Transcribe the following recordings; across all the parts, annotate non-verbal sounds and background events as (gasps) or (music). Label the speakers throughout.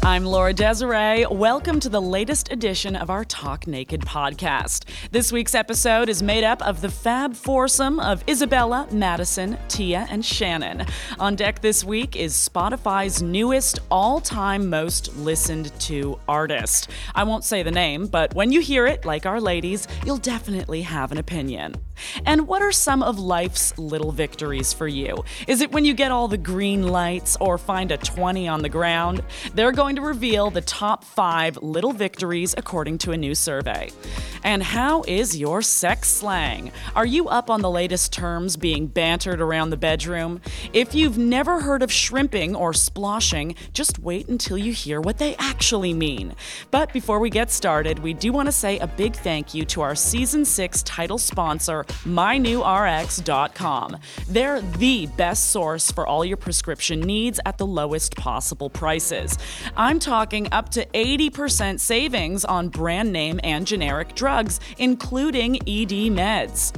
Speaker 1: I'm Laura Desiree. Welcome to the latest edition of our Talk Naked podcast. This week's episode is made up of the fab foursome of Isabella, Madison, Tia, and Shannon. On deck this week is Spotify's newest all time most listened to artist. I won't say the name, but when you hear it, like our ladies, you'll definitely have an opinion. And what are some of life's little victories for you? Is it when you get all the green lights or find a 20 on the ground? They're going to reveal the top five little victories according to a new survey. And how is your sex slang? Are you up on the latest terms being bantered around the bedroom? If you've never heard of shrimping or sploshing, just wait until you hear what they actually mean. But before we get started, we do want to say a big thank you to our season six title sponsor, mynewrx.com. They're the best source for all your prescription needs at the lowest possible prices. I'm talking up to 80% savings on brand name and generic drugs, including ED meds.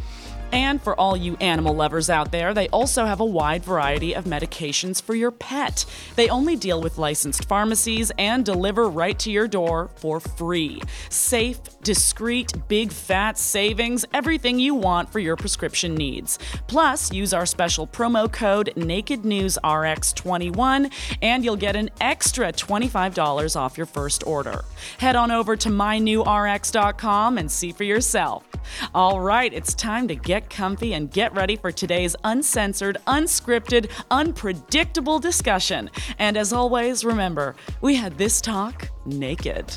Speaker 1: And for all you animal lovers out there, they also have a wide variety of medications for your pet. They only deal with licensed pharmacies and deliver right to your door for free. Safe, discreet, big fat savings, everything you want for your prescription needs. Plus, use our special promo code NakedNewsRx21 and you'll get an extra $25 off your first order. Head on over to mynewrx.com and see for yourself. All right, it's time to get comfy and get ready for today's uncensored, unscripted, unpredictable discussion. And as always, remember, we had this talk naked.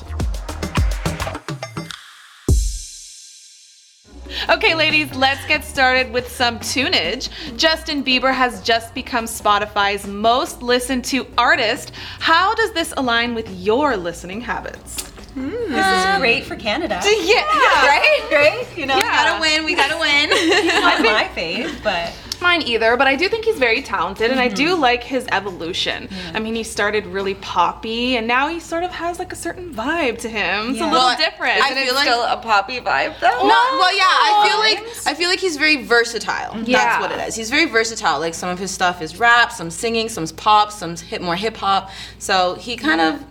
Speaker 2: Okay, ladies, let's get started with some tunage. Justin Bieber has just become Spotify's most listened to artist. How does this align with your listening habits?
Speaker 3: This is great for Canada.
Speaker 2: Yeah, right?
Speaker 3: Right? You know,
Speaker 2: Um, Yeah.
Speaker 3: yeah.
Speaker 2: (laughs)
Speaker 4: gotta win. We gotta win.
Speaker 3: not my fave, but
Speaker 2: Mine either, but I do think he's very talented and I do like his evolution. I mean, he started really poppy and now he sort of has like a certain vibe to him. It's a
Speaker 3: Yeah.
Speaker 2: little
Speaker 4: Well,
Speaker 2: different.
Speaker 4: I feel like
Speaker 5: still a poppy vibe though.
Speaker 4: no. Well, yeah. I feel like I feel like he's very versatile.
Speaker 2: Yeah.
Speaker 4: That's what it is. He's very versatile. Like some of his stuff is rap, some singing, some's pop, some hip more hip hop. So he kind of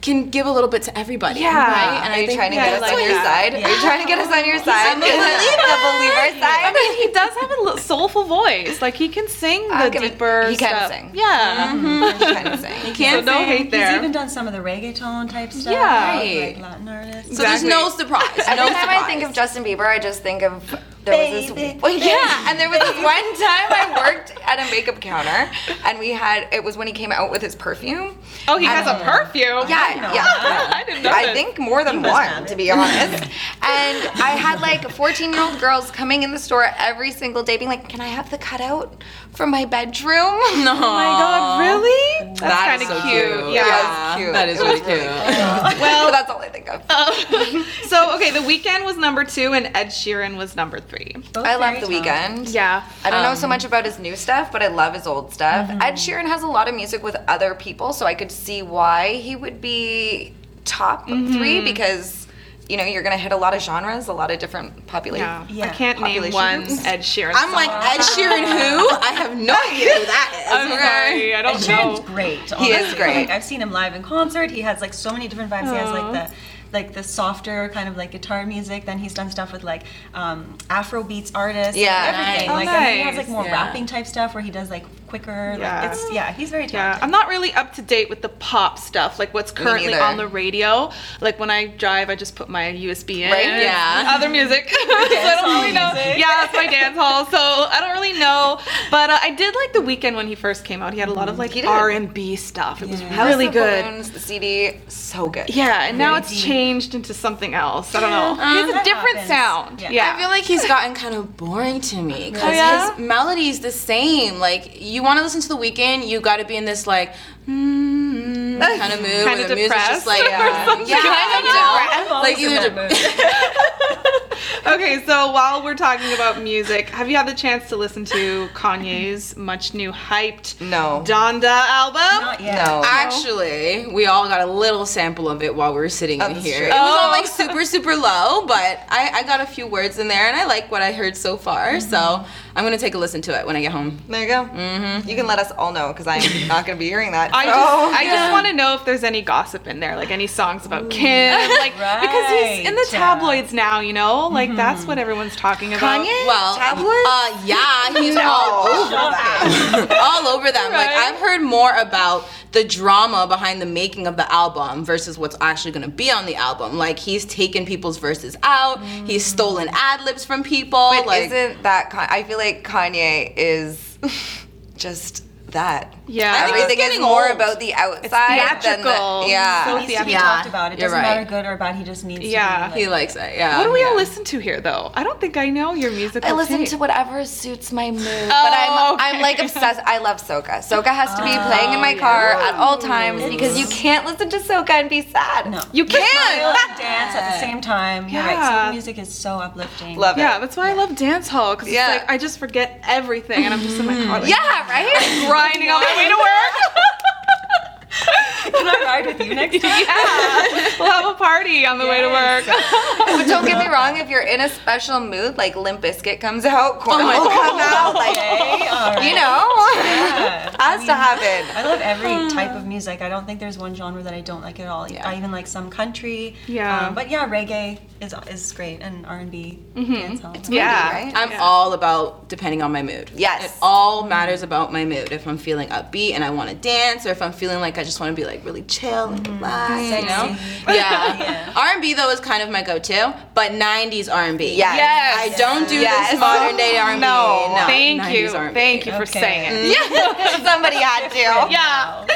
Speaker 4: can give a little bit to everybody.
Speaker 2: Yeah.
Speaker 4: Right?
Speaker 5: Are you trying to
Speaker 2: yeah,
Speaker 5: get
Speaker 2: I
Speaker 5: us
Speaker 2: like
Speaker 5: on your
Speaker 2: that.
Speaker 5: side? Are you trying to get us on your side? the believer
Speaker 2: I
Speaker 5: side.
Speaker 2: mean, he does have a li- soulful voice. Like he can sing the
Speaker 5: I'll give it-
Speaker 2: deeper
Speaker 5: he can
Speaker 2: stuff.
Speaker 5: sing.
Speaker 2: Yeah.
Speaker 5: I'm just trying to say. (laughs)
Speaker 2: So no
Speaker 3: Same.
Speaker 2: hate there.
Speaker 3: He's even done some of the reggaeton type stuff.
Speaker 2: Yeah.
Speaker 3: Like, like Latin artists.
Speaker 4: So there's no surprise. No
Speaker 5: Every time
Speaker 4: surprise.
Speaker 5: I think of Justin Bieber, I just think of there was
Speaker 3: Baby.
Speaker 5: this. (laughs) Well, yeah, and there was this one time I worked at a makeup counter, and we had it was when he came out with his perfume.
Speaker 2: Oh, he has a perfume.
Speaker 5: Yeah,
Speaker 2: (laughs)
Speaker 5: yeah.
Speaker 2: I didn't know.
Speaker 5: I
Speaker 2: that.
Speaker 5: think more than one, to be honest. and I had like 14 year old girls coming in the store every single day being like, Can I have the cutout from my bedroom? No.
Speaker 2: Oh my god, really? That's
Speaker 4: That
Speaker 2: kind
Speaker 4: is
Speaker 2: of
Speaker 4: so
Speaker 2: cute.
Speaker 4: cute.
Speaker 2: Yeah.
Speaker 5: That's cute.
Speaker 4: That is really cute.
Speaker 5: Well, (laughs) that's all I think of.
Speaker 2: so okay, The Weeknd was number two, and Ed Sheeran was number three.
Speaker 3: Both
Speaker 5: I love
Speaker 3: very
Speaker 5: the
Speaker 3: talented.
Speaker 5: weekend.
Speaker 2: Yeah.
Speaker 5: I don't
Speaker 2: Um,
Speaker 5: know so much about his new stuff, but I love his old stuff.
Speaker 2: Mm-hmm.
Speaker 5: Ed Sheeran has a lot of music with other people, so I could see why he would be top three
Speaker 2: Mm-hmm.
Speaker 5: because you know you're gonna hit a lot of genres, a lot of different
Speaker 2: Yeah.
Speaker 5: populations.
Speaker 3: Yeah.
Speaker 2: I can't name one
Speaker 5: Population.
Speaker 2: Ed Sheeran.
Speaker 4: I'm like Ed Sheeran. Who? I have
Speaker 5: (laughs)
Speaker 4: no idea who
Speaker 2: I'm
Speaker 4: that is.
Speaker 2: sorry, I
Speaker 3: Ed
Speaker 2: don't
Speaker 3: Sheeran's
Speaker 2: know.
Speaker 3: great.
Speaker 5: He is
Speaker 3: honestly.
Speaker 5: great.
Speaker 3: Like, I've seen him live in concert. He has like so many different vibes. He has like the like the softer kind of like guitar music. Then he's done stuff with like um, Afro beats artists.
Speaker 5: Yeah.
Speaker 3: like, everything.
Speaker 2: Nice.
Speaker 3: Like
Speaker 2: Oh,
Speaker 3: and then he has
Speaker 2: nice.
Speaker 3: like more
Speaker 4: Yeah.
Speaker 3: rapping type stuff where he does like quicker.
Speaker 2: Yeah.
Speaker 3: Like, it's yeah, he's very
Speaker 2: Yeah,
Speaker 3: talented.
Speaker 2: I'm not really up to date with the pop stuff, like what's currently
Speaker 5: neither.
Speaker 2: on the radio. Like when I drive, I just put my USB in.
Speaker 5: Right, yeah.
Speaker 2: Other music. (laughs) so I don't really know. Yeah, that's my dance hall. So I don't really know. But uh, I did like the weekend when he first came out. He had a lot of like
Speaker 5: He did.
Speaker 2: R and B stuff. It was
Speaker 5: House
Speaker 2: really
Speaker 5: of
Speaker 2: good.
Speaker 5: Balloons, the CD, so good.
Speaker 2: Yeah, and now it's
Speaker 3: deep.
Speaker 2: changed into something else. I don't know.
Speaker 3: Yeah,
Speaker 2: It's a
Speaker 3: that
Speaker 2: different
Speaker 3: happens.
Speaker 2: sound. Yeah.
Speaker 3: Yeah.
Speaker 4: I feel like he's gotten kind of boring to me because
Speaker 2: Oh, yeah?
Speaker 4: his melody's the same. Like you want to listen to the weekend, you got to be in this like mm, kind of mood
Speaker 2: Kinda
Speaker 4: where the music's
Speaker 2: depressed
Speaker 4: just like
Speaker 2: (laughs) or
Speaker 4: yeah,
Speaker 2: something.
Speaker 4: yeah,
Speaker 2: I don't
Speaker 4: you
Speaker 2: know.
Speaker 4: know?
Speaker 3: I'm always
Speaker 4: Like
Speaker 3: in
Speaker 4: either
Speaker 3: that mood.
Speaker 2: Okay, so while we're talking about music, have you had the chance to listen to Kanye's much new hyped
Speaker 4: No.
Speaker 2: Donda album? (laughs)
Speaker 3: Not yet.
Speaker 4: No. Actually, we all got a little sample of it while we were sitting in
Speaker 5: that's
Speaker 4: here.
Speaker 5: true.
Speaker 4: It was
Speaker 2: Oh.
Speaker 4: all like super, super low, but I, I got a few words in there and I like what I heard so far. So
Speaker 2: Mm-hmm.
Speaker 4: I'm going to take a listen to it when I get home.
Speaker 5: There you go. Mm-hmm. You can let us all know
Speaker 2: (laughs)
Speaker 5: because I'm not going to be hearing that.
Speaker 2: I just,
Speaker 5: so-
Speaker 2: I just want to know if there's any gossip in there, like any songs about Kim, like because he's in the
Speaker 3: Right.
Speaker 2: tabloids now, you know, like that's what everyone's talking about.
Speaker 5: Kanye?
Speaker 4: Well,
Speaker 5: Tabloids?
Speaker 4: uh, yeah, he's all over them.
Speaker 2: (laughs)
Speaker 4: all over them. Like
Speaker 2: Right.
Speaker 4: I've heard more about the drama behind the making of the album versus what's actually going to be on the album. Like he's taken people's verses out. He's stolen ad libs from people.
Speaker 5: (laughs) But
Speaker 4: like
Speaker 5: isn't that? Con- I feel like Kanye is just that.
Speaker 2: Yeah. I think he's
Speaker 5: everything is
Speaker 4: getting
Speaker 5: more
Speaker 4: old.
Speaker 5: about the outside than
Speaker 2: theatrical.
Speaker 5: the yeah.
Speaker 2: So
Speaker 3: He needs to be
Speaker 4: Yeah,
Speaker 3: talked about. It
Speaker 4: you're
Speaker 3: doesn't
Speaker 4: right.
Speaker 3: matter good or bad. He just needs
Speaker 2: Yeah.
Speaker 3: to.
Speaker 4: he
Speaker 3: Be, like,
Speaker 4: likes it. Yeah.
Speaker 2: What do we all
Speaker 4: yeah.
Speaker 2: listen to here, though? I don't think I know your musical.
Speaker 5: I listen
Speaker 2: taste.
Speaker 5: to whatever suits my mood, but
Speaker 2: Oh, okay.
Speaker 5: I'm
Speaker 2: Oh,
Speaker 5: I'm like obsessed. I love Soka. Soka has to be playing in my car at all times because you can't listen to Soka and be sad.
Speaker 3: No.
Speaker 2: You
Speaker 3: Smile
Speaker 2: can.
Speaker 3: and dance at the same time. You're right.
Speaker 2: Yeah.
Speaker 3: So music is so uplifting.
Speaker 5: Love
Speaker 2: Yeah,
Speaker 5: it.
Speaker 2: that's why I love dance hall because
Speaker 5: Yeah. Mm.
Speaker 2: it's like I just forget everything and I'm just in my car like (laughs)
Speaker 5: Yeah, right?
Speaker 2: grinding on my way to work.
Speaker 3: Can I ride with you next time?
Speaker 2: yeah, we'll have a party on the way to work.
Speaker 3: Yes.
Speaker 5: but don't get me wrong, if you're in a special mood, like Limp Bizkit comes
Speaker 2: Oh,
Speaker 5: out, Cornhole comes out, like,
Speaker 3: Okay. All right.
Speaker 5: you know,
Speaker 3: Yeah.
Speaker 5: has to happen.
Speaker 3: I love every type of music. I don't think there's one genre that I don't like at all. I even like some country.
Speaker 2: Yeah.
Speaker 3: Um, but yeah, reggae is is great and R and B dancehall.
Speaker 2: (laughs)
Speaker 3: It's
Speaker 2: Yeah.
Speaker 5: Right?
Speaker 2: (laughs)
Speaker 4: I'm all about depending on my mood.
Speaker 5: Yes.
Speaker 4: It all matters about my mood. If I'm feeling upbeat and I want to dance, or if I'm feeling like I just want to be like really chill and
Speaker 2: Mm-hmm.
Speaker 4: relax, you know? Yeah.
Speaker 3: Yeah.
Speaker 4: R&B though is kind of my go-to, but 90s R&B.
Speaker 5: Yes.
Speaker 4: I
Speaker 2: Yes.
Speaker 4: don't do
Speaker 5: Yes.
Speaker 4: this modern day R&B.
Speaker 5: No.
Speaker 2: Thank you.
Speaker 4: 90s R&B.
Speaker 2: Thank you for
Speaker 3: Okay.
Speaker 2: saying it.
Speaker 5: Somebody had to.
Speaker 2: Yeah.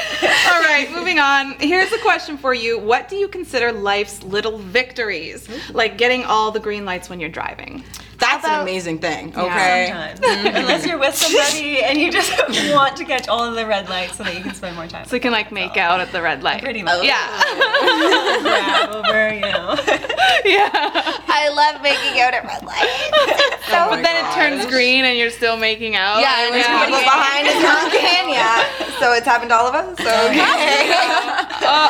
Speaker 2: (laughs) All right, moving on. Here's a question for you. What do you consider life's little victories? Like getting all the green lights when you're driving.
Speaker 4: That's an amazing thing, okay?
Speaker 3: Sometimes. Unless you're with somebody and you just (laughs) want to catch all of the red lights so that you can spend more time.
Speaker 2: So you can like make out at the red light.
Speaker 3: (laughs) pretty much.
Speaker 2: Yeah. (laughs)
Speaker 3: Grab over, you know. (laughs)
Speaker 2: yeah.
Speaker 5: I love making out at red lights. So
Speaker 4: Oh
Speaker 2: But then it turns green and you're still making out.
Speaker 5: Yeah, and
Speaker 2: Oh, Yeah.
Speaker 5: people behind is not Yeah, so it's happened to all of us. So
Speaker 2: (laughs) Uh,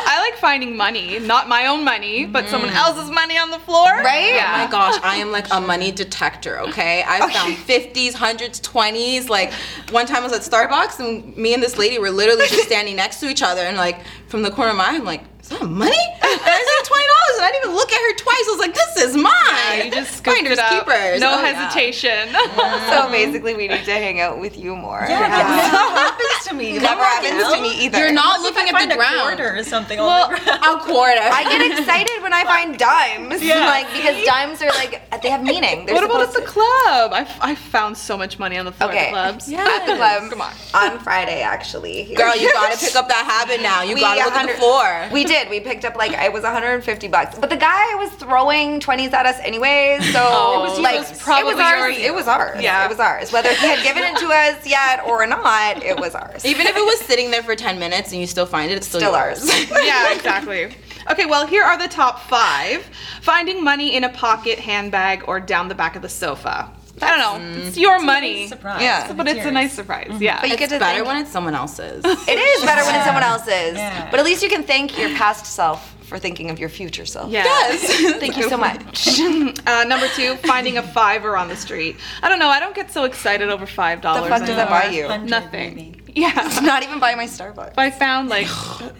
Speaker 2: I like finding money, not my own money, but someone else's money on the floor.
Speaker 5: Right?
Speaker 2: Yeah.
Speaker 4: Oh my gosh, I am like a money detector, okay? I
Speaker 2: Oh, (laughs)
Speaker 4: found 50s, 100s, 20s. Like, one time I was at Starbucks and me and this lady were literally just standing next to each other, and like, from the corner of my eye, I'm like, is that money? And I said $20, and I didn't even look at her twice. I was like, this is mine.
Speaker 2: Yeah, Uh, you just scooped it
Speaker 4: Finders
Speaker 2: up.
Speaker 4: keepers.
Speaker 2: No
Speaker 4: Oh, yeah.
Speaker 2: hesitation.
Speaker 5: so
Speaker 4: Um,
Speaker 5: basically, we need to hang out with you more.
Speaker 3: Yeah, that never happens to me.
Speaker 5: Never happens to me either.
Speaker 4: You're not
Speaker 3: Unless if I
Speaker 4: looking at
Speaker 3: find
Speaker 4: the
Speaker 3: a
Speaker 4: (laughs) ground.
Speaker 3: quarter or something on the ground.
Speaker 4: A quarter.
Speaker 5: I get excited when I find dimes,
Speaker 3: Yeah.
Speaker 5: like because dimes are like they have meaning. They're
Speaker 2: (laughs) what about at
Speaker 5: supposed
Speaker 2: the club? I, I found so much money on the
Speaker 5: to-
Speaker 2: floor at
Speaker 5: okay
Speaker 2: the clubs.
Speaker 5: at the club?
Speaker 2: Come on.
Speaker 5: on Friday actually. here.
Speaker 4: Girl, you gotta
Speaker 5: (laughs)
Speaker 4: pick up that habit now. You gotta look at the
Speaker 5: 100
Speaker 4: floor.
Speaker 5: We did. We picked up like it was 150 bucks, but the guy was throwing 20s at us anyways.
Speaker 4: (laughs)
Speaker 5: So
Speaker 2: Oh, it was
Speaker 5: like
Speaker 2: yours. Probably
Speaker 5: it was ours.
Speaker 2: yours.
Speaker 5: It was ours.
Speaker 2: Yeah.
Speaker 5: it was ours. Whether he had given it to us yet or not, it was ours.
Speaker 4: Even if it was sitting there for 10 minutes and you still find it, it's still,
Speaker 5: Still
Speaker 4: yours. (laughs)
Speaker 5: (laughs)
Speaker 2: (laughs)
Speaker 5: ours.
Speaker 2: yeah, exactly. Okay, well, here are the top five finding money in a pocket, handbag, or down the back of the sofa. I don't know. It's your money.
Speaker 3: Surprise.
Speaker 5: Yeah.
Speaker 2: But it's a nice surprise. Yeah.
Speaker 5: But you get
Speaker 4: It's
Speaker 5: to
Speaker 4: better
Speaker 5: think-
Speaker 4: when it's someone else's.
Speaker 5: It is better when it's someone else's.
Speaker 3: Yeah.
Speaker 5: But at least you can thank your past self for thinking of your future self.
Speaker 2: yeah.
Speaker 5: (laughs) Thank you so much.
Speaker 3: (laughs)
Speaker 2: Uh, number two, finding a fiver on the street. I don't know. I don't get so excited over five dollars.
Speaker 5: fuck does that buy you?
Speaker 2: Nothing.
Speaker 3: Maybe.
Speaker 2: (laughs) Yeah.
Speaker 5: Not even buy my Starbucks.
Speaker 2: If I found
Speaker 5: (sighs)
Speaker 2: like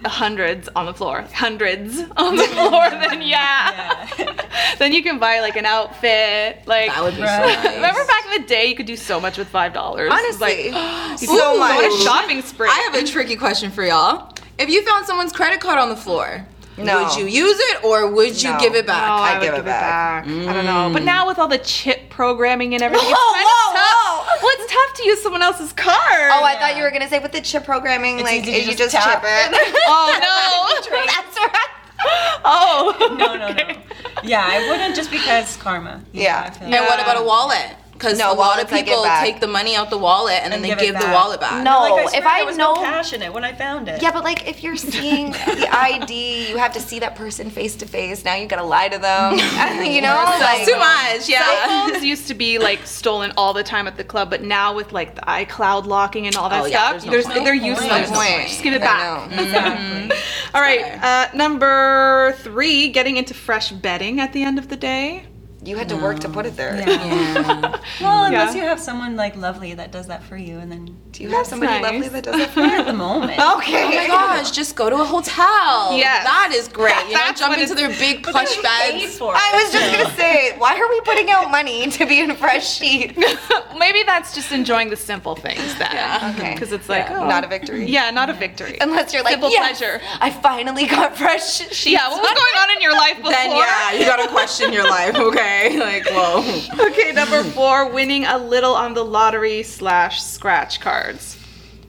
Speaker 2: hundreds on the floor, hundreds on the floor,
Speaker 5: (laughs)
Speaker 2: then yeah, (laughs) then you can buy like an outfit. Like
Speaker 4: That would be
Speaker 3: Right.
Speaker 4: so nice.
Speaker 2: remember back in the day, you could do so much with five dollars.
Speaker 5: Honestly,
Speaker 2: like, (gasps)
Speaker 5: (gasps) so
Speaker 4: Ooh.
Speaker 5: much.
Speaker 2: a shopping spree.
Speaker 4: I have a tricky question for y'all. If you found someone's credit card on the floor,
Speaker 5: No.
Speaker 4: would you use it or would you
Speaker 5: No.
Speaker 4: give it
Speaker 2: Oh,
Speaker 4: back?
Speaker 2: I,
Speaker 5: I
Speaker 2: would
Speaker 5: give it Mm.
Speaker 2: give it back. I don't know. But now with all the chip programming and everything,
Speaker 5: Whoa,
Speaker 2: it's kind
Speaker 5: Oh, whoa,
Speaker 2: of tough.
Speaker 5: whoa.
Speaker 2: Well, it's tough to use someone else's card.
Speaker 5: Oh, I thought you were gonna say with the chip programming, like
Speaker 3: easy to
Speaker 5: you just,
Speaker 3: just
Speaker 5: chip
Speaker 3: tap. (laughs)
Speaker 5: it.
Speaker 2: oh no.
Speaker 5: That's right.
Speaker 2: Oh.
Speaker 3: No, no, no. Yeah, I wouldn't just because karma.
Speaker 5: Yeah.
Speaker 3: I feel
Speaker 4: And what about a wallet? because a
Speaker 5: No,
Speaker 4: lot of
Speaker 5: wallets I give
Speaker 4: people
Speaker 5: back.
Speaker 4: take the money out the wallet and, then
Speaker 3: And
Speaker 4: they
Speaker 3: give
Speaker 4: give,
Speaker 3: it
Speaker 4: the
Speaker 3: back.
Speaker 4: wallet back.
Speaker 5: No,
Speaker 3: Like, I
Speaker 5: if
Speaker 3: swear
Speaker 5: I
Speaker 3: there was no
Speaker 5: know-
Speaker 3: cash in it when I found it.
Speaker 5: Yeah, but like if you're seeing the (laughs) ID, you have to see that person face to face. Now you gotta lie to (laughs) them. you know, like
Speaker 4: too much. Yeah.
Speaker 2: iPhones used to be like stolen all the time at the club, but now with like the iCloud locking and all that
Speaker 4: Oh, yeah,
Speaker 2: stuff,
Speaker 4: there's no
Speaker 2: there's
Speaker 4: point.
Speaker 2: they're
Speaker 4: No
Speaker 2: useless.
Speaker 4: point. No point.
Speaker 2: Just give it
Speaker 5: I
Speaker 2: back.
Speaker 3: (laughs)
Speaker 5: know.
Speaker 3: exactly.
Speaker 2: All right, uh, number three, getting into fresh bedding at the end of the day.
Speaker 5: You had to work to put it there.
Speaker 3: Yeah.
Speaker 4: (laughs)
Speaker 3: Well, unless
Speaker 2: Yeah.
Speaker 3: you have someone like lovely that does that for you, and then do
Speaker 5: You
Speaker 3: you
Speaker 5: have
Speaker 3: have
Speaker 5: somebody
Speaker 2: nice.
Speaker 5: lovely that does it for you.
Speaker 3: at the moment.
Speaker 5: Okay.
Speaker 4: Oh my gosh, just go to a hotel.
Speaker 2: Yes.
Speaker 4: That is great. You know,
Speaker 2: That's
Speaker 4: jump
Speaker 2: what
Speaker 4: into
Speaker 2: it's-
Speaker 4: their big plush beds.
Speaker 3: for
Speaker 5: I was just gonna say, why are we putting out money to be in a fresh sheet?
Speaker 2: (laughs) Maybe that's just enjoying the simple things then. (laughs)
Speaker 5: Okay.
Speaker 2: Because it's like, oh.
Speaker 5: Not a victory.
Speaker 2: (laughs) Yeah, not a victory.
Speaker 5: Unless you're like,
Speaker 2: Simple
Speaker 5: yes,
Speaker 2: pleasure.
Speaker 5: I finally got fresh sheets.
Speaker 2: yeah, what was going on in your life before?
Speaker 4: Then yeah, you gotta question your life, (laughs) okay? Like,
Speaker 2: (laughs)
Speaker 4: whoa.
Speaker 2: Okay, number four, winning a little on the lottery slash scratch cards.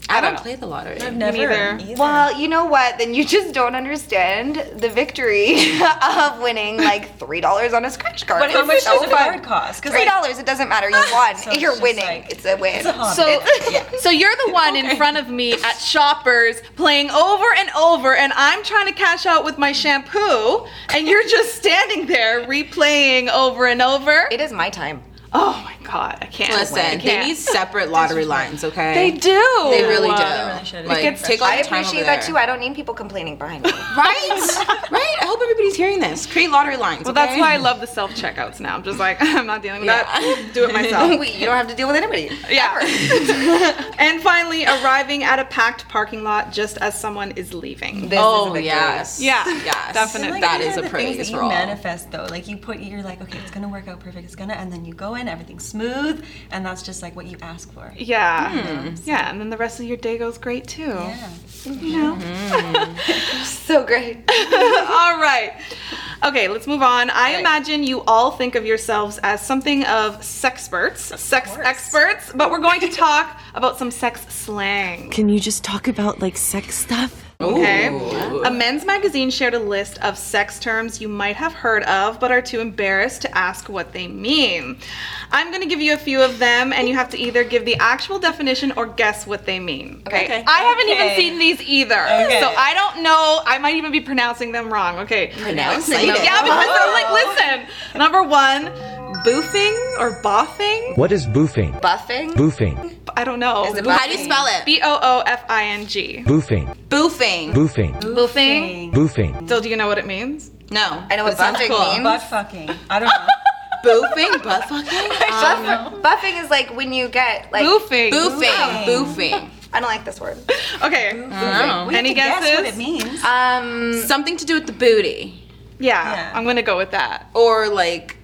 Speaker 4: I don't
Speaker 2: know.
Speaker 4: play the lottery.
Speaker 3: I've never.
Speaker 2: neither.
Speaker 3: either.
Speaker 5: Well, you know what? Then you just don't understand the victory (laughs) of winning like three dollars on a scratch card.
Speaker 3: But how
Speaker 5: It's
Speaker 3: much
Speaker 5: so
Speaker 3: does a
Speaker 5: fun.
Speaker 3: card cost? 'Cause,
Speaker 5: Three
Speaker 3: like,
Speaker 5: dollars. It doesn't
Speaker 3: (laughs)
Speaker 5: matter. You won.
Speaker 3: So it's
Speaker 5: You're
Speaker 3: just
Speaker 5: winning.
Speaker 3: like-
Speaker 5: it's a win.
Speaker 3: it's a hobby.
Speaker 5: (laughs)
Speaker 2: So,
Speaker 5: Yeah.
Speaker 2: so you're the one in front of me at Shoppers playing over and over, and I'm trying to cash out with my shampoo, and you're just standing there replaying over and over.
Speaker 5: It is my time.
Speaker 2: Oh my god, I can't. I
Speaker 4: Listen, they
Speaker 2: can't.
Speaker 4: need separate lottery lines, okay?
Speaker 2: They do.
Speaker 4: They really do.
Speaker 3: really should.
Speaker 4: like,
Speaker 3: It gets-
Speaker 4: take all
Speaker 5: I
Speaker 4: your time
Speaker 5: appreciate
Speaker 4: over
Speaker 5: that
Speaker 4: there.
Speaker 5: too. I don't need people complaining behind me.
Speaker 4: (laughs)
Speaker 5: (laughs)
Speaker 4: Right? right? I hope everybody's hearing this. Create lottery lines.
Speaker 2: Well, that's why I love the self checkouts now. I'm just like, (laughs) I'm not dealing with that. Do
Speaker 4: (laughs)
Speaker 2: it myself.
Speaker 5: Wait, you don't have to deal with anybody.
Speaker 2: Yeah. (laughs) and finally, arriving at a packed parking lot just as someone is leaving.
Speaker 5: This is a
Speaker 4: Oh
Speaker 5: victory.
Speaker 4: yes.
Speaker 2: Yeah,
Speaker 4: Yes.
Speaker 2: definitely.
Speaker 3: And,
Speaker 4: That
Speaker 3: these
Speaker 4: is
Speaker 3: are
Speaker 4: a
Speaker 3: the things
Speaker 4: praise
Speaker 3: that you
Speaker 4: roll.
Speaker 3: manifest though. Like you put, you're like, okay, it's gonna work out perfect. It's gonna, and then you go in, everything's smooth, and that's just like what you ask for.
Speaker 2: Yeah.
Speaker 4: Hmm.
Speaker 2: Yeah, and then the rest of your day goes great too.
Speaker 3: Yeah.
Speaker 5: So great.
Speaker 2: (laughs) all right. Okay, let's move on. I imagine you all think of yourselves as something of sexperts, sex experts, but we're going to talk about some sex slang.
Speaker 6: Can you just talk about like sex stuff?
Speaker 2: Okay.
Speaker 4: Ooh.
Speaker 2: A men's magazine shared a list of sex terms you might have heard of but are too embarrassed to ask what they mean. I'm going to give you a few of them and you have to either give the actual definition or guess what they mean. Okay.
Speaker 5: Okay.
Speaker 2: I haven't even
Speaker 3: Okay.
Speaker 2: seen these either.
Speaker 3: Okay.
Speaker 2: So I don't know. I might even be pronouncing them wrong. Okay.
Speaker 4: Pronouncing
Speaker 2: Yeah,
Speaker 4: it.
Speaker 2: because I'm like, listen. Number one, boofing or boffing.
Speaker 7: What is boofing?
Speaker 5: Buffing.
Speaker 7: Boofing.
Speaker 2: I don't know.
Speaker 4: How do you spell it?
Speaker 2: B o o f i n g.
Speaker 7: Boofing.
Speaker 4: Boofing.
Speaker 7: Boofing.
Speaker 2: Boofing.
Speaker 7: Boofing.
Speaker 2: So do you know what it means?
Speaker 4: No.
Speaker 5: I know what
Speaker 4: That
Speaker 5: buffing
Speaker 4: sounds cool.
Speaker 5: means.
Speaker 3: Butt fucking. I don't know.
Speaker 4: Boofing. Butt fucking.
Speaker 5: Buff- buffing is like when you get like.
Speaker 2: Boofing.
Speaker 4: Boofing. Boofing.
Speaker 5: I don't like this word.
Speaker 2: Okay.
Speaker 3: (laughs)
Speaker 4: Oh.
Speaker 2: Any
Speaker 3: We have to guess what
Speaker 2: guesses?
Speaker 3: it means.
Speaker 5: Um.
Speaker 4: Something to do with the booty
Speaker 2: Yeah,
Speaker 3: Yeah.
Speaker 2: I'm gonna go with that.
Speaker 4: or like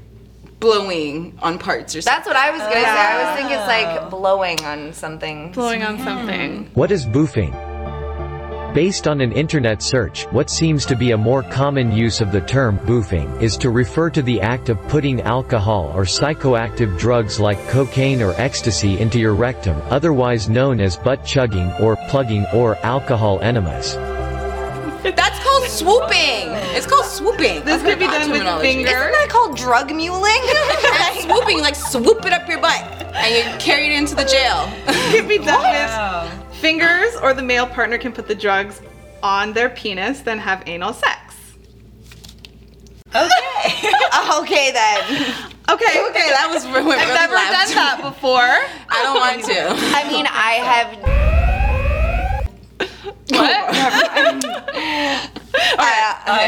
Speaker 4: blowing on parts or something.
Speaker 5: That's what I was gonna say. I was thinking it's
Speaker 2: Ah.
Speaker 5: like blowing on something.
Speaker 2: Blowing on something.
Speaker 7: What is boofing? Based on an internet search, what seems to be a more common use of the term boofing is to refer to the act of putting alcohol or psychoactive drugs like cocaine or ecstasy into your rectum, otherwise known as butt chugging or plugging or alcohol enemas.
Speaker 4: That's called swooping. It's called swooping.
Speaker 2: This could be done with
Speaker 4: Terminology.
Speaker 2: finger.
Speaker 5: Isn't that called drug muling?
Speaker 2: (laughs)
Speaker 5: (laughs)
Speaker 4: That's swooping, like swoop it up your butt, and you carry it into the jail.
Speaker 2: It could be done
Speaker 3: Wow.
Speaker 2: with fingers, or the male partner can put the drugs on their penis, then have anal sex.
Speaker 3: Okay.
Speaker 5: okay then.
Speaker 2: Okay.
Speaker 4: Okay, that was went
Speaker 2: I've
Speaker 4: really
Speaker 2: never done
Speaker 4: left.
Speaker 2: that before.
Speaker 4: I don't want to.
Speaker 5: I mean,
Speaker 2: (laughs)
Speaker 5: I have. (laughs)
Speaker 2: What? (laughs)
Speaker 5: I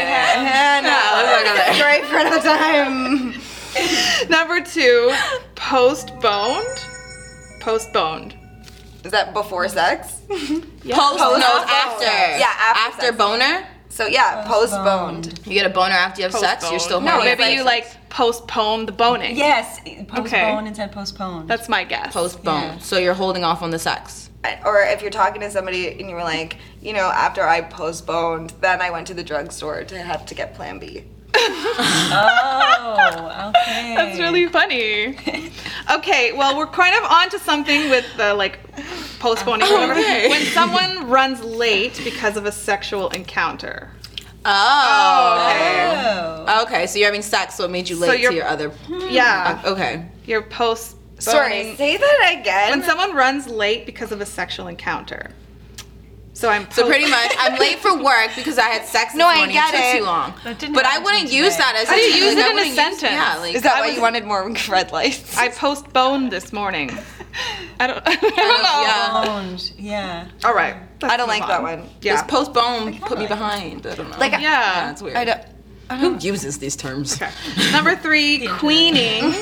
Speaker 5: have.
Speaker 4: let's not go there.
Speaker 5: Great for another time.
Speaker 2: Number two, post boned. Post boned.
Speaker 5: Is that before sex?
Speaker 4: Post, no, it's
Speaker 5: Post-
Speaker 4: after.
Speaker 5: Yeah, after sex.
Speaker 4: boner.
Speaker 5: So yeah, postponed.
Speaker 4: You get a boner after you have sex. You're still
Speaker 2: no.
Speaker 4: horny.
Speaker 2: Maybe you like postpone the boning.
Speaker 3: yes. Postpone instead postpone.
Speaker 2: That's my guess.
Speaker 4: post bone. So you're holding off on the sex.
Speaker 5: Or if you're talking to somebody and you were like, you know, after I postponed, then I went to the drugstore to have to get Plan B.
Speaker 3: oh, okay.
Speaker 2: That's really funny. Okay, well, we're kind of on to something with the like postponing or whatever.
Speaker 4: Okay.
Speaker 2: When someone runs late because of a sexual encounter.
Speaker 4: Oh.
Speaker 2: Okay.
Speaker 3: Oh.
Speaker 4: Okay, so you're having sex, so it made you late
Speaker 2: you're- Hmm.
Speaker 4: to your other.
Speaker 2: Yeah,
Speaker 4: uh, Okay.
Speaker 2: you're post
Speaker 5: Sorry,
Speaker 2: burning.
Speaker 5: say that again.
Speaker 2: When someone runs late because of a sexual encounter. So I'm
Speaker 4: So pretty much, I'm late for work because I had sex.
Speaker 5: No,
Speaker 4: this
Speaker 5: I
Speaker 4: morning.
Speaker 5: get
Speaker 4: took
Speaker 5: it.
Speaker 4: Too long.
Speaker 3: That didn't
Speaker 4: but I
Speaker 3: happen to
Speaker 4: wouldn't
Speaker 3: me
Speaker 4: use
Speaker 3: today.
Speaker 4: that as.
Speaker 2: I didn't
Speaker 4: like,
Speaker 2: use it in a
Speaker 4: wouldn't use-
Speaker 2: sentence.
Speaker 4: yeah, like
Speaker 5: Is that
Speaker 2: I
Speaker 5: why
Speaker 2: was-
Speaker 5: you wanted more (laughs) red lights?
Speaker 2: I postponed this morning. I don't. (laughs) I don't know.
Speaker 4: yeah.
Speaker 3: Owned. Yeah. (laughs)
Speaker 2: All right.
Speaker 5: I don't
Speaker 2: Let's
Speaker 5: like
Speaker 2: move
Speaker 5: that
Speaker 2: on.
Speaker 5: one.
Speaker 4: This
Speaker 2: Yeah.
Speaker 4: postpone put me behind. I don't know.
Speaker 5: Like,
Speaker 2: yeah.
Speaker 4: that's weird.
Speaker 5: I don't.
Speaker 4: Who uses these terms?
Speaker 2: Okay. Number three, queening.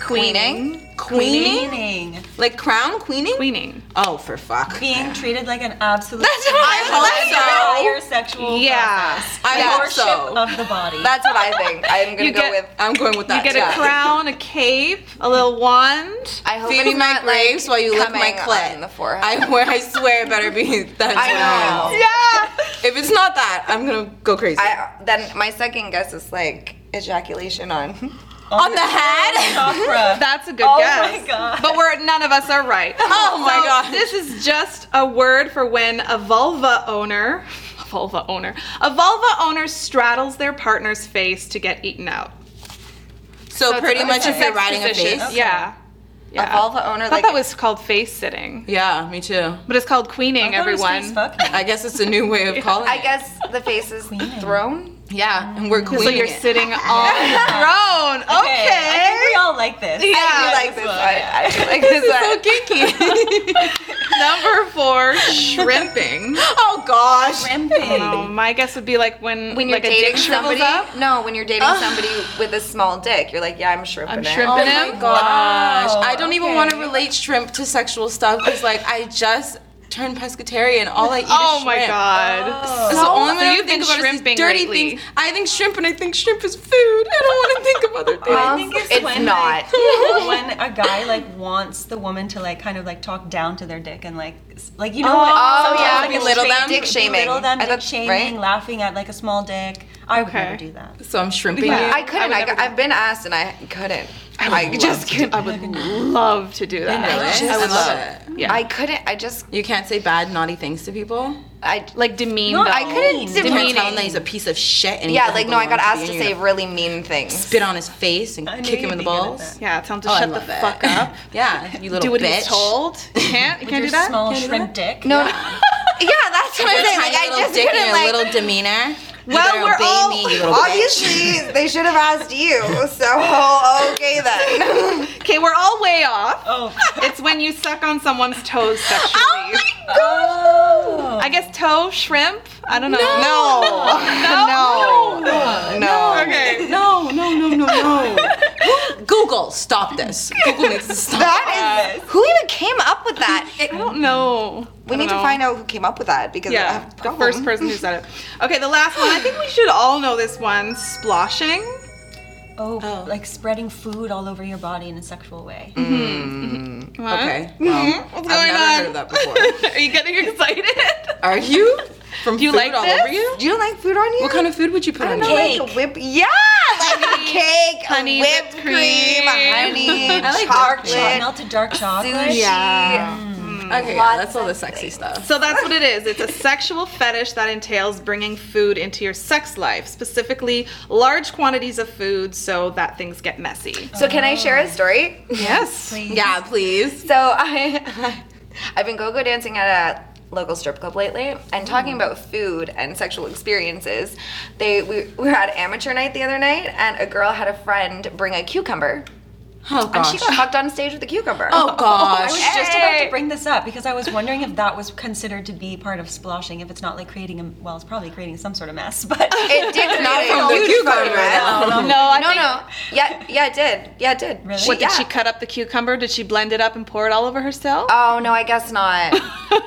Speaker 5: Queening?
Speaker 4: Queening,
Speaker 3: Meaning
Speaker 4: like crown queening.
Speaker 2: Queening.
Speaker 4: Oh, for
Speaker 2: (laughs)
Speaker 4: fuck.
Speaker 3: being treated like an absolute (laughs)
Speaker 5: That's what I
Speaker 4: hope so.
Speaker 3: entire sexual
Speaker 2: Yeah.
Speaker 4: I
Speaker 5: Yeah.
Speaker 4: hope so.
Speaker 3: of the body.
Speaker 5: That's what I think. I'm gonna
Speaker 2: You
Speaker 5: go
Speaker 2: get-
Speaker 5: with.
Speaker 4: I'm going with
Speaker 2: You
Speaker 4: that.
Speaker 2: get a
Speaker 4: yeah.
Speaker 2: crown, a cape, a little wand.
Speaker 5: I hope
Speaker 4: Feed
Speaker 5: it's
Speaker 4: my
Speaker 5: not
Speaker 4: grapes
Speaker 5: like
Speaker 4: while you lick my
Speaker 5: coming
Speaker 4: clit.
Speaker 5: on the forehead.
Speaker 4: I swear, I swear, it better be (laughs) that.
Speaker 5: I know.
Speaker 2: Yeah.
Speaker 4: If it's not that, I'm gonna go crazy.
Speaker 5: I, then my second guess is like ejaculation on.
Speaker 4: On the head.
Speaker 5: (laughs)
Speaker 3: Chakra.
Speaker 2: That's a good
Speaker 3: Oh
Speaker 2: guess.
Speaker 3: my God.
Speaker 2: But we're none of us are right.
Speaker 4: Oh my
Speaker 2: So
Speaker 4: God.
Speaker 2: This is just a word for when a vulva owner, (laughs) a vulva owner, a vulva owner straddles their partner's face to get eaten out.
Speaker 4: So,
Speaker 2: it's
Speaker 4: pretty
Speaker 2: a-
Speaker 4: much,
Speaker 2: it's a
Speaker 4: if you're
Speaker 2: sex
Speaker 4: riding a
Speaker 2: position.
Speaker 4: face.
Speaker 2: Yeah. Yeah.
Speaker 5: A vulva owner,
Speaker 2: I thought
Speaker 5: like-
Speaker 2: that was called face sitting,
Speaker 4: Yeah, me too.
Speaker 2: but it's called queening. Everyone.
Speaker 4: I guess it's a new way of calling
Speaker 5: I
Speaker 4: it.
Speaker 5: guess the face is thrown.
Speaker 4: Yeah, and we're queening
Speaker 2: So you're
Speaker 4: it. Oh,
Speaker 2: sitting on the throne.
Speaker 3: Okay. I think
Speaker 2: Okay.
Speaker 3: we all like this.
Speaker 2: Yeah.
Speaker 5: I like this one. I like this one.
Speaker 2: Number four, shrimping.
Speaker 4: oh gosh.
Speaker 3: Ramping.
Speaker 2: Um, my guess would be like when,
Speaker 5: When you're
Speaker 2: like a
Speaker 5: dating
Speaker 2: dick shrivels
Speaker 5: somebody,
Speaker 2: up.
Speaker 5: no, when you're dating somebody with a small dick, you're like, yeah, I'm shrimping
Speaker 2: I'm
Speaker 5: it.
Speaker 2: shrimping
Speaker 4: Oh
Speaker 2: him.
Speaker 4: my gosh. I don't even
Speaker 3: okay.
Speaker 4: want to relate shrimp to sexual stuff because like I just turned pescatarian. All I eat
Speaker 2: Oh
Speaker 4: is shrimp.
Speaker 2: my god.
Speaker 4: That's the only
Speaker 2: so
Speaker 4: thing
Speaker 2: you've
Speaker 4: I
Speaker 2: been
Speaker 4: think about is
Speaker 2: shrimping
Speaker 4: these dirty
Speaker 2: lately.
Speaker 4: things. I think shrimp and I think shrimp is food. I don't want to think of other
Speaker 5: Well,
Speaker 4: things.
Speaker 5: it's not.
Speaker 3: Like, when a guy like wants the woman to like kind of like talk down to their dick and like s- like you know what?
Speaker 5: Oh
Speaker 3: sometimes,
Speaker 5: yeah,
Speaker 3: like, it's
Speaker 4: belittle
Speaker 3: shame-
Speaker 4: them.
Speaker 5: dick shaming.
Speaker 3: belittle them,
Speaker 5: I
Speaker 3: dick
Speaker 5: thought-
Speaker 3: shaming,
Speaker 5: right?
Speaker 3: laughing at like a small dick. I would
Speaker 2: Okay.
Speaker 3: never do that.
Speaker 4: so I'm shrimping
Speaker 2: Yeah.
Speaker 5: Oh, I
Speaker 4: you.
Speaker 5: couldn't.
Speaker 2: would
Speaker 5: I,
Speaker 2: never do
Speaker 5: have been asked and I couldn't. I, just couldn't.
Speaker 2: I would love to do that.
Speaker 4: Really? I,
Speaker 2: I would
Speaker 4: love
Speaker 2: love
Speaker 4: it.
Speaker 2: Yeah.
Speaker 5: I couldn't. I just.
Speaker 4: You can't say bad, naughty things to people.
Speaker 5: I
Speaker 2: like demean
Speaker 3: No,
Speaker 2: them.
Speaker 5: I couldn't
Speaker 3: mean.
Speaker 4: You can't tell him
Speaker 5: demeaning.
Speaker 4: that he's a piece of shit. And he
Speaker 5: Yeah,
Speaker 4: doesn't
Speaker 5: like no, I got
Speaker 4: belong
Speaker 5: asked to
Speaker 4: be in
Speaker 5: say
Speaker 4: your-
Speaker 5: really mean things.
Speaker 4: spit on his face and
Speaker 3: knew
Speaker 4: kick him
Speaker 3: you'd
Speaker 4: in the
Speaker 3: be good at
Speaker 4: balls.
Speaker 3: that.
Speaker 2: Yeah, tell him to
Speaker 4: Oh, I
Speaker 2: shut the
Speaker 4: love it.
Speaker 2: fuck up.
Speaker 4: Yeah, you (laughs) little
Speaker 2: Do what
Speaker 4: bitch.
Speaker 2: he's
Speaker 4: (laughs)
Speaker 2: told. You can't. You
Speaker 3: Your
Speaker 2: can't do that.
Speaker 3: small shrimp dick.
Speaker 5: No. Yeah, that's what I'm
Speaker 4: Your
Speaker 5: saying.
Speaker 4: tiny
Speaker 5: Like I
Speaker 4: little
Speaker 5: just
Speaker 4: dick and
Speaker 5: couldn't
Speaker 4: your
Speaker 5: like.
Speaker 4: little demeanor. You
Speaker 5: Well,
Speaker 4: better
Speaker 5: we're
Speaker 4: obey
Speaker 5: all-
Speaker 4: me,
Speaker 5: (laughs)
Speaker 4: you little bitch.
Speaker 5: Obviously, they should have asked you. So okay (laughs) then.
Speaker 2: Okay, we're all way off.
Speaker 3: Oh.
Speaker 2: (laughs) It's when you suck on someone's toes sexually.
Speaker 3: Oh.
Speaker 2: I guess toe shrimp. I don't know.
Speaker 5: No. No. No.
Speaker 2: Okay.
Speaker 4: No, no, no, no, no. Google, stop this. Google needs to stop.
Speaker 5: That is who even came up
Speaker 2: (laughs)
Speaker 5: with that.
Speaker 2: I don't know.
Speaker 5: We need to find out who came up with that because I
Speaker 2: Yeah,
Speaker 5: have a
Speaker 2: the
Speaker 5: problem.
Speaker 2: first person who said it. Okay, the last one. I think we should all know this one. Sploshing.
Speaker 3: Oh, Mm. like spreading food all over your body in a sexual way.
Speaker 2: What?
Speaker 4: Okay. Well,
Speaker 2: What's
Speaker 4: I've
Speaker 2: going
Speaker 4: never
Speaker 2: on?
Speaker 4: heard of
Speaker 2: (laughs)
Speaker 4: that before.
Speaker 2: Are you getting excited?
Speaker 4: Are you? From
Speaker 2: Do you
Speaker 4: food
Speaker 2: like
Speaker 4: all
Speaker 2: this?
Speaker 4: over you?
Speaker 5: Do you don't like food on you?
Speaker 4: What kind of food would you put on
Speaker 5: I
Speaker 4: you?
Speaker 5: like a whip? Yeah, like a cake,
Speaker 2: honey,
Speaker 5: honey, whipped,
Speaker 2: whipped
Speaker 5: cream,
Speaker 2: cream. (laughs)
Speaker 5: honey,
Speaker 3: Chocolate.
Speaker 5: chocolate,
Speaker 3: Melted dark chocolate.
Speaker 5: sushi.
Speaker 4: Okay, yeah, that's all the sexy
Speaker 2: (laughs)
Speaker 4: stuff.
Speaker 2: So that's what it is. It's a sexual fetish that entails bringing food into your sex life, specifically large quantities of food so that things get messy.
Speaker 5: So can I share a
Speaker 2: (laughs)
Speaker 5: story?
Speaker 2: Yes.
Speaker 4: Yeah, please.
Speaker 5: So I, (laughs) I've been go-go dancing at a local strip club lately, and talking about food and sexual experiences. They we, we were at amateur night the other night, and a girl had a friend bring a cucumber,
Speaker 4: Oh
Speaker 5: and
Speaker 4: gosh.
Speaker 5: she (laughs) got fucked on stage with a cucumber. (laughs)
Speaker 4: Oh
Speaker 3: I was
Speaker 4: gosh.
Speaker 3: just about to bring this up because I was wondering if that was considered to be part of splashing. If it's not like creating a well, it's probably creating some sort of mess. (laughs) But
Speaker 5: It did
Speaker 4: Not
Speaker 5: create a
Speaker 4: from the
Speaker 5: huge
Speaker 4: cucumber.
Speaker 5: photograph.
Speaker 4: though.
Speaker 2: No, I
Speaker 5: No,
Speaker 2: think.
Speaker 5: no. Yeah, yeah, it did. Yeah, it did.
Speaker 3: Really?
Speaker 5: She-
Speaker 2: What, did
Speaker 5: yeah.
Speaker 2: she cut up the cucumber? Did she blend it up and pour it all over herself?
Speaker 5: Oh no, I guess (laughs) not.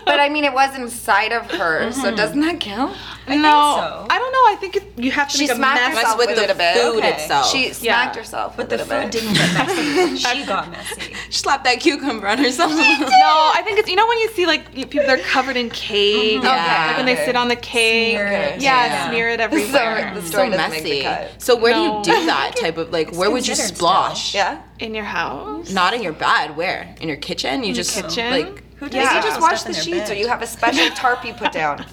Speaker 5: but I mean, it was inside of her, so doesn't that count?
Speaker 2: no.
Speaker 3: so.
Speaker 2: I don't know. I think it, you have to
Speaker 5: She
Speaker 2: make a
Speaker 5: smacked
Speaker 2: mess.
Speaker 4: That's
Speaker 5: herself
Speaker 4: with
Speaker 5: with
Speaker 4: the
Speaker 5: it a bit.
Speaker 4: food
Speaker 3: Okay.
Speaker 4: itself.
Speaker 5: She smacked herself
Speaker 3: but
Speaker 5: with
Speaker 3: the
Speaker 5: it a
Speaker 3: food
Speaker 5: bit.
Speaker 3: didn't get messy. she got messy.
Speaker 4: slapped that cucumber on (laughs) herself.
Speaker 2: (laughs) No, I think it's you know when you see like you- people they're covered in cake.
Speaker 4: Yeah.
Speaker 2: Like when they sit on the cake.
Speaker 3: Smear it.
Speaker 2: Yeah,
Speaker 4: Yeah.
Speaker 2: smear it
Speaker 5: (laughs) So
Speaker 2: everywhere.
Speaker 5: the
Speaker 4: so
Speaker 5: story doesn't make
Speaker 4: messy.
Speaker 5: the cut.
Speaker 4: So where
Speaker 2: No.
Speaker 4: do you do that type of like? Where would you
Speaker 3: considered
Speaker 4: splosh?
Speaker 5: Yeah.
Speaker 2: in your house.
Speaker 4: (laughs) Not in your bed. Where? In your kitchen? You just
Speaker 2: kitchen?
Speaker 4: like
Speaker 3: Who does that
Speaker 5: Did you
Speaker 3: kind
Speaker 5: just
Speaker 3: of
Speaker 5: wash
Speaker 3: stuff
Speaker 5: the
Speaker 3: in their
Speaker 5: sheets, or
Speaker 3: bed?
Speaker 5: you have a special tarp you put down?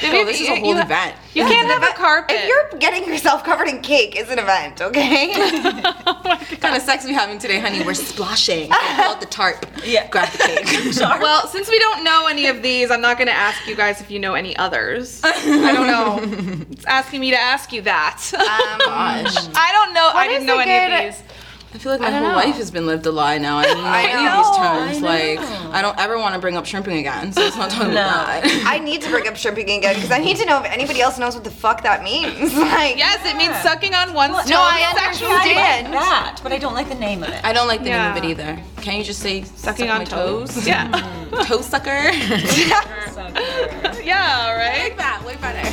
Speaker 4: So this is a whole event.
Speaker 2: You can't have a carpet.
Speaker 5: If you're getting yourself covered in cake, it's an event, (laughs) okay?
Speaker 4: What kind of sex we having today, honey? We're (laughs) splashing. Pull out the tarp.
Speaker 3: Yeah.
Speaker 4: Grab the cake.
Speaker 2: well, since we don't know any of these, I'm not going to ask you guys if you know any
Speaker 5: (laughs)
Speaker 2: others. I don't know. It's asking me to ask you that. (laughs)
Speaker 4: Gosh.
Speaker 2: I don't know. I
Speaker 5: Um, What
Speaker 2: didn't
Speaker 5: is
Speaker 2: know
Speaker 5: a
Speaker 2: any
Speaker 5: good-
Speaker 2: of these.
Speaker 4: (laughs) I feel like my whole life has been lived a lie now. (laughs) I don't know
Speaker 5: I
Speaker 4: any
Speaker 5: know,
Speaker 4: of these terms. like, I don't ever want to bring up shrimping again, so let's not talk about that.
Speaker 5: I need to bring up shrimping again because I need to know if anybody else knows what the fuck that means. (laughs) Like,
Speaker 2: Yes, it means sucking on one's
Speaker 5: no,
Speaker 2: toes
Speaker 5: I
Speaker 2: sexually.
Speaker 5: understand.
Speaker 3: that, but I don't like the name of it.
Speaker 4: (laughs) I don't like the
Speaker 2: Yeah.
Speaker 4: name of it either. Can you just say
Speaker 2: Sucking
Speaker 4: suck
Speaker 2: on
Speaker 4: my
Speaker 2: toes.
Speaker 4: (laughs) toes?
Speaker 2: Yeah. (laughs)
Speaker 4: Toe sucker. (laughs)
Speaker 2: yeah, all right.
Speaker 4: that, way better.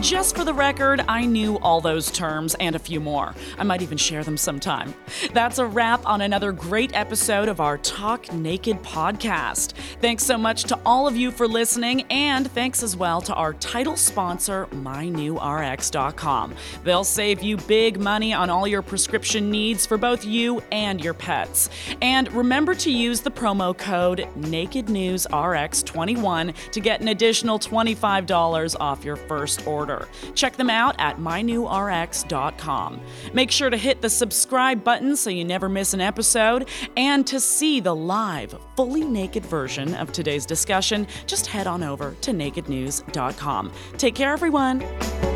Speaker 1: Just for the record, I knew all those terms and a few more. I might even share them sometime. That's a wrap on another great episode of our Talk Naked podcast. Thanks so much to all of you for listening, and thanks as well to our title sponsor, mynewrx.com. They'll save you big money on all your prescription needs for both you and your pets. And remember to use the promo code NakedNewsRx21 to get an additional $25 off your first order. Check them out at mynewrx.com. Make sure to hit the subscribe button so you never miss an episode. And to see the live, fully naked version of today's discussion, just head on over to nakednews.com. Take care, everyone.